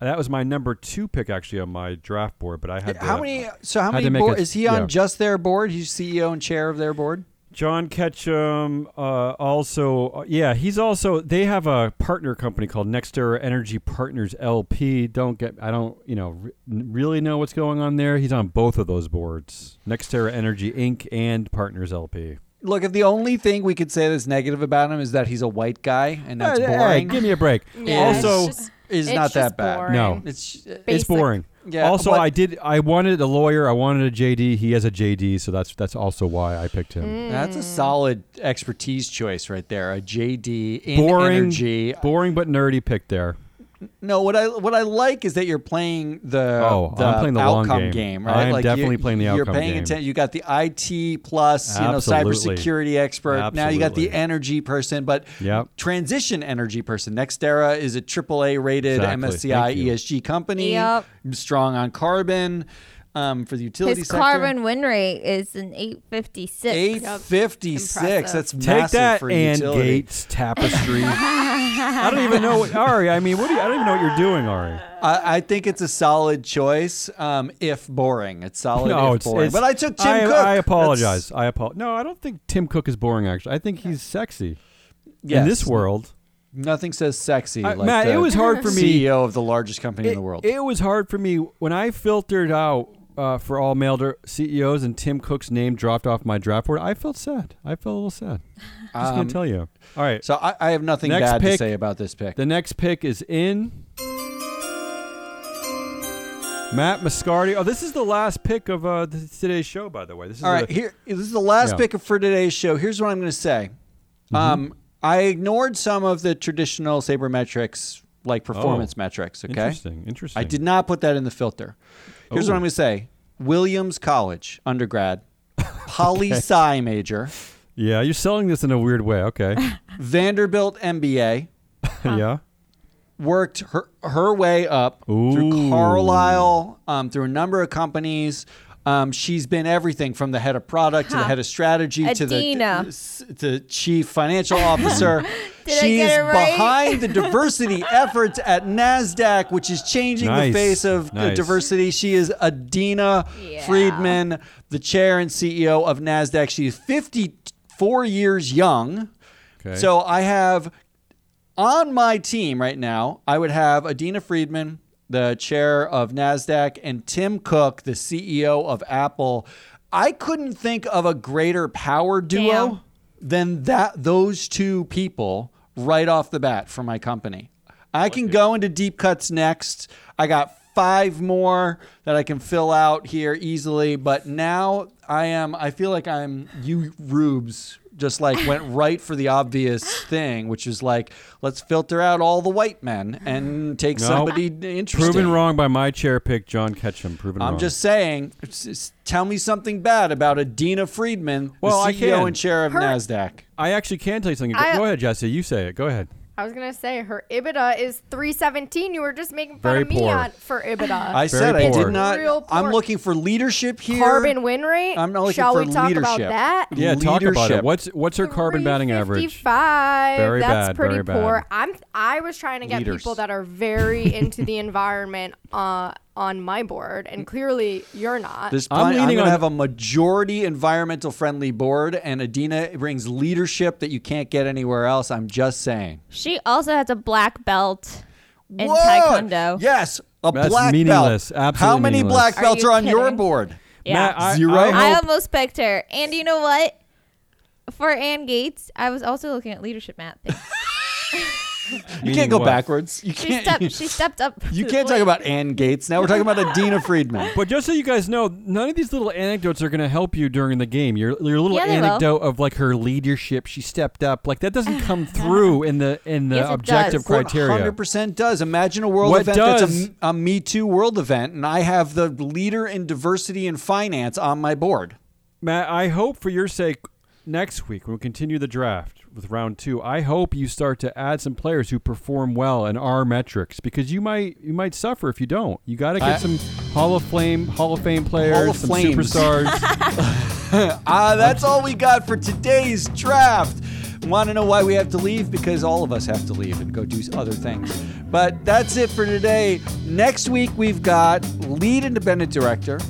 Speaker 1: that was my number two pick actually on my draft board. But I had
Speaker 2: How
Speaker 1: to-
Speaker 2: many? So how
Speaker 1: Had to
Speaker 2: many
Speaker 1: make
Speaker 2: board?
Speaker 1: a-
Speaker 2: Is he on
Speaker 1: yeah.
Speaker 2: just their board? He's CEO and chair of their board.
Speaker 1: John Ketchum uh, also, uh, yeah, he's also. They have a partner company called NextEra Energy Partners LP. Don't get, I don't, you know, re- really know what's going on there. He's on both of those boards, NextEra Energy Inc. and Partners LP.
Speaker 2: Look, if the only thing we could say that's negative about him is that he's a white guy and that's
Speaker 1: Hey, hey,
Speaker 2: boring,
Speaker 1: give me a break.
Speaker 4: Yeah, it's
Speaker 1: also,
Speaker 4: just-
Speaker 2: is
Speaker 4: it's
Speaker 2: not that
Speaker 4: just
Speaker 2: bad.
Speaker 4: boring.
Speaker 1: No.
Speaker 2: It's
Speaker 1: it's
Speaker 4: basic.
Speaker 1: boring.
Speaker 2: Yeah,
Speaker 1: also,
Speaker 2: what-
Speaker 1: I did. I wanted a lawyer. I wanted a JD. He has a JD, so that's that's also why I picked him.
Speaker 2: that's a solid expertise choice right there. A JD in
Speaker 1: Boring,
Speaker 2: energy.
Speaker 1: boring but nerdy pick there.
Speaker 2: No, what I what I like is that you're playing the
Speaker 1: Oh,
Speaker 2: the
Speaker 1: I'm playing the long
Speaker 2: outcome
Speaker 1: game.
Speaker 2: right?
Speaker 1: I am
Speaker 2: like you're-
Speaker 1: definitely playing the
Speaker 2: You're
Speaker 1: outcome
Speaker 2: paying
Speaker 1: game.
Speaker 2: attention. You got the IT plus, you know,
Speaker 1: Absolutely.
Speaker 2: cybersecurity expert. Now you got
Speaker 1: Absolutely.
Speaker 2: the energy person, but
Speaker 1: Yep.
Speaker 2: transition energy person. Nextera is a AAA rated
Speaker 1: Exactly.
Speaker 2: MSCI
Speaker 1: Thank you.
Speaker 2: ESG E company.
Speaker 3: Yep.
Speaker 2: Strong on carbon um, for the utility
Speaker 3: His
Speaker 2: sector.
Speaker 3: carbon win rate is an 856.
Speaker 2: Eight fifty six.
Speaker 4: Impressive.
Speaker 2: That's
Speaker 1: Take
Speaker 2: massive
Speaker 1: that,
Speaker 2: for
Speaker 1: and
Speaker 2: utility.
Speaker 1: Gates Tapestry. I don't even know what, Ari. I mean, what do you, I don't even know what you're doing, Ari.
Speaker 2: I, I think it's a solid choice, um, if boring. It's solid if boring. but I took Tim
Speaker 1: I,
Speaker 2: Cook.
Speaker 1: I
Speaker 2: That's-
Speaker 1: apologize. I apologize. No, I don't think Tim Cook is boring. Actually, I think he's sexy in
Speaker 2: Yes.
Speaker 1: this world.
Speaker 2: Nothing says sexy
Speaker 1: I-
Speaker 2: like
Speaker 1: Matt,
Speaker 2: the E
Speaker 1: it was hard for me-
Speaker 2: CEO of the largest company in the world.
Speaker 1: It was hard for me when I filtered out uh, for all male dir- CEOs and Tim Cook's name dropped off my draft board, I felt sad. I felt a little sad. I'm just
Speaker 2: Um,
Speaker 1: gonna tell you. All right.
Speaker 2: So I, I have nothing
Speaker 1: Next
Speaker 2: bad to
Speaker 1: pick.
Speaker 2: say about this pick.
Speaker 1: The next pick is in. Matt Mascardi. Oh, this is the last pick of uh, th- today's show, by the way. This is
Speaker 2: All right,
Speaker 1: the-
Speaker 2: here this is the last
Speaker 1: Yeah. Mm-hmm.
Speaker 2: pick for today's show. Here's what I'm going to say. Um, I ignored some of the traditional sabermetrics, like performance metrics. Okay,
Speaker 1: Oh, Interesting. Interesting.
Speaker 2: I did not put that in the filter. Here's what
Speaker 1: Oh.
Speaker 2: I'm going to say: Williams College undergrad, poli sci major,
Speaker 1: Yeah, you're selling this in a weird way. Okay.
Speaker 2: Vanderbilt MBA.
Speaker 1: yeah.
Speaker 2: worked her, her way up through
Speaker 1: Ooh.
Speaker 2: Carlisle, um, through a number of companies. Um, she's been everything from the head of product to the
Speaker 3: Ha.
Speaker 2: head of strategy to
Speaker 3: Adina.
Speaker 2: the to chief financial officer.
Speaker 3: Did I get
Speaker 2: she's
Speaker 3: it right?
Speaker 2: behind the diversity efforts at NASDAQ, which is changing
Speaker 1: Nice.
Speaker 2: the face of uh,
Speaker 1: Nice.
Speaker 2: diversity. She is Adina
Speaker 3: Yeah.
Speaker 2: Friedman, the chair and CEO of NASDAQ. She is 54 years young.
Speaker 1: Okay.
Speaker 2: So I have on my team right now, I would have Adina Friedman, the chair of NASDAQ, and Tim Cook, the CEO of Apple. I couldn't think of a greater power duo
Speaker 3: Damn.
Speaker 2: than that those two people right off the bat for my company. I can go into deep cuts next. I got five more that I can fill out here easily, but now I am I feel like I'm you rubes just like went right for the obvious thing, which is like let's filter out all the white men and take
Speaker 1: No.
Speaker 2: somebody interesting.
Speaker 1: Proven wrong by my chair pick, John Ketchum. Proven wrong.
Speaker 2: I'm just saying, s- s- tell me something bad about Adina Friedman,
Speaker 1: Well,
Speaker 2: the
Speaker 1: I
Speaker 2: CEO
Speaker 1: can.
Speaker 2: and chair of
Speaker 4: Her-
Speaker 2: Nasdaq.
Speaker 1: I actually can tell you something. Go,
Speaker 4: I-
Speaker 1: go ahead, Jesse. You say it. Go ahead.
Speaker 4: I was gonna say her EBITDA is 317. You were just making fun
Speaker 1: Very
Speaker 4: of me
Speaker 1: poor.
Speaker 4: on, for EBITDA.
Speaker 2: I said I
Speaker 1: poor.
Speaker 2: did not.
Speaker 4: Real poor.
Speaker 2: I'm looking for leadership here.
Speaker 4: carbon win rate.
Speaker 2: I'm not looking
Speaker 4: Shall
Speaker 2: for
Speaker 4: we talk about
Speaker 2: leadership.
Speaker 4: that?
Speaker 1: Yeah, talk about
Speaker 2: Leadership.
Speaker 1: it. What's what's her carbon batting average?
Speaker 4: 55.
Speaker 1: Very
Speaker 4: That's
Speaker 1: bad,
Speaker 4: pretty
Speaker 1: very bad.
Speaker 4: poor. I'm I was trying to get
Speaker 2: Leaders.
Speaker 4: people that are very into the environment uh, on my board, and clearly you're not.
Speaker 2: This
Speaker 1: I'm
Speaker 2: plan, I'm,
Speaker 1: leaning
Speaker 2: going to
Speaker 1: on-
Speaker 2: have a majority environmental friendly board, and Adina brings leadership that you can't get anywhere else. I'm just saying.
Speaker 3: She also has a black belt in
Speaker 2: What?
Speaker 3: taekwondo.
Speaker 2: Yes, a
Speaker 1: That's
Speaker 2: black
Speaker 1: meaningless,
Speaker 2: belt. How
Speaker 1: absolutely
Speaker 2: many
Speaker 1: meaningless.
Speaker 2: black
Speaker 3: Are
Speaker 2: belts
Speaker 3: you
Speaker 2: are on your
Speaker 3: kidding?
Speaker 2: board?
Speaker 3: Yeah.
Speaker 1: Matt, I,
Speaker 2: Zero.
Speaker 1: I
Speaker 3: I
Speaker 1: hope-
Speaker 3: almost picked her. And you know what? For Ann Gates, I was also looking at leadership math. Thing.
Speaker 2: You
Speaker 1: Meaning
Speaker 2: can't go
Speaker 1: what?
Speaker 2: backwards. You
Speaker 3: She
Speaker 2: can't.
Speaker 3: stepped. She stepped up.
Speaker 2: You can't talk about Ann Gates. Now we're talking about Adina Friedman.
Speaker 1: But just so you guys know, none of these little anecdotes are going to help you during the game. Your your little
Speaker 3: Yeah, they will.
Speaker 1: anecdote of like her leadership, she stepped up, like that doesn't come through in the in the
Speaker 3: Yes, it
Speaker 1: objective
Speaker 3: does.
Speaker 1: criteria.
Speaker 2: 100% does. Imagine a world
Speaker 1: What
Speaker 2: event
Speaker 1: does-
Speaker 2: that's a, a Me Too world event, and I have the leader in diversity and finance on my board.
Speaker 1: Matt, I hope for your sake, next week when we continue the draft with round two, I hope you start to add some players who perform well in our metrics because you might you might suffer if you don't. You got to get
Speaker 2: I-
Speaker 1: some Hall of Fame Hall of Fame players,
Speaker 2: Hall of
Speaker 1: some
Speaker 2: Flames.
Speaker 1: superstars.
Speaker 2: Ah, that's all we got for today's draft. Want to know why we have to leave? Because all of us have to leave and go do other things. But that's it for today. Next week, we've got lead independent director,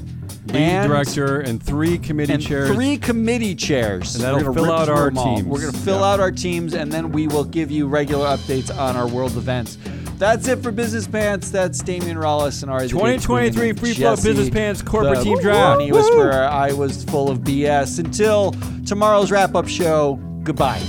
Speaker 1: Lead
Speaker 2: and,
Speaker 1: director and three committee
Speaker 2: and
Speaker 1: chairs.
Speaker 2: three committee chairs.
Speaker 1: And that'll
Speaker 2: We're gonna
Speaker 1: fill
Speaker 2: rip
Speaker 1: out
Speaker 2: through
Speaker 1: our
Speaker 2: them all.
Speaker 1: teams.
Speaker 2: We're going to fill
Speaker 1: Yeah.
Speaker 2: out our teams, and then we will give you regular updates on our world events. That's it for Business Pants. That's Damian Rollis and Ari. the Gate
Speaker 1: 2023
Speaker 2: Queen,
Speaker 1: Free Flow
Speaker 2: Jesse,
Speaker 1: Business Pants Corporate
Speaker 2: the
Speaker 1: Team Draft.
Speaker 2: Money Whisperer. I was full of BS. Until tomorrow's wrap up show, goodbye.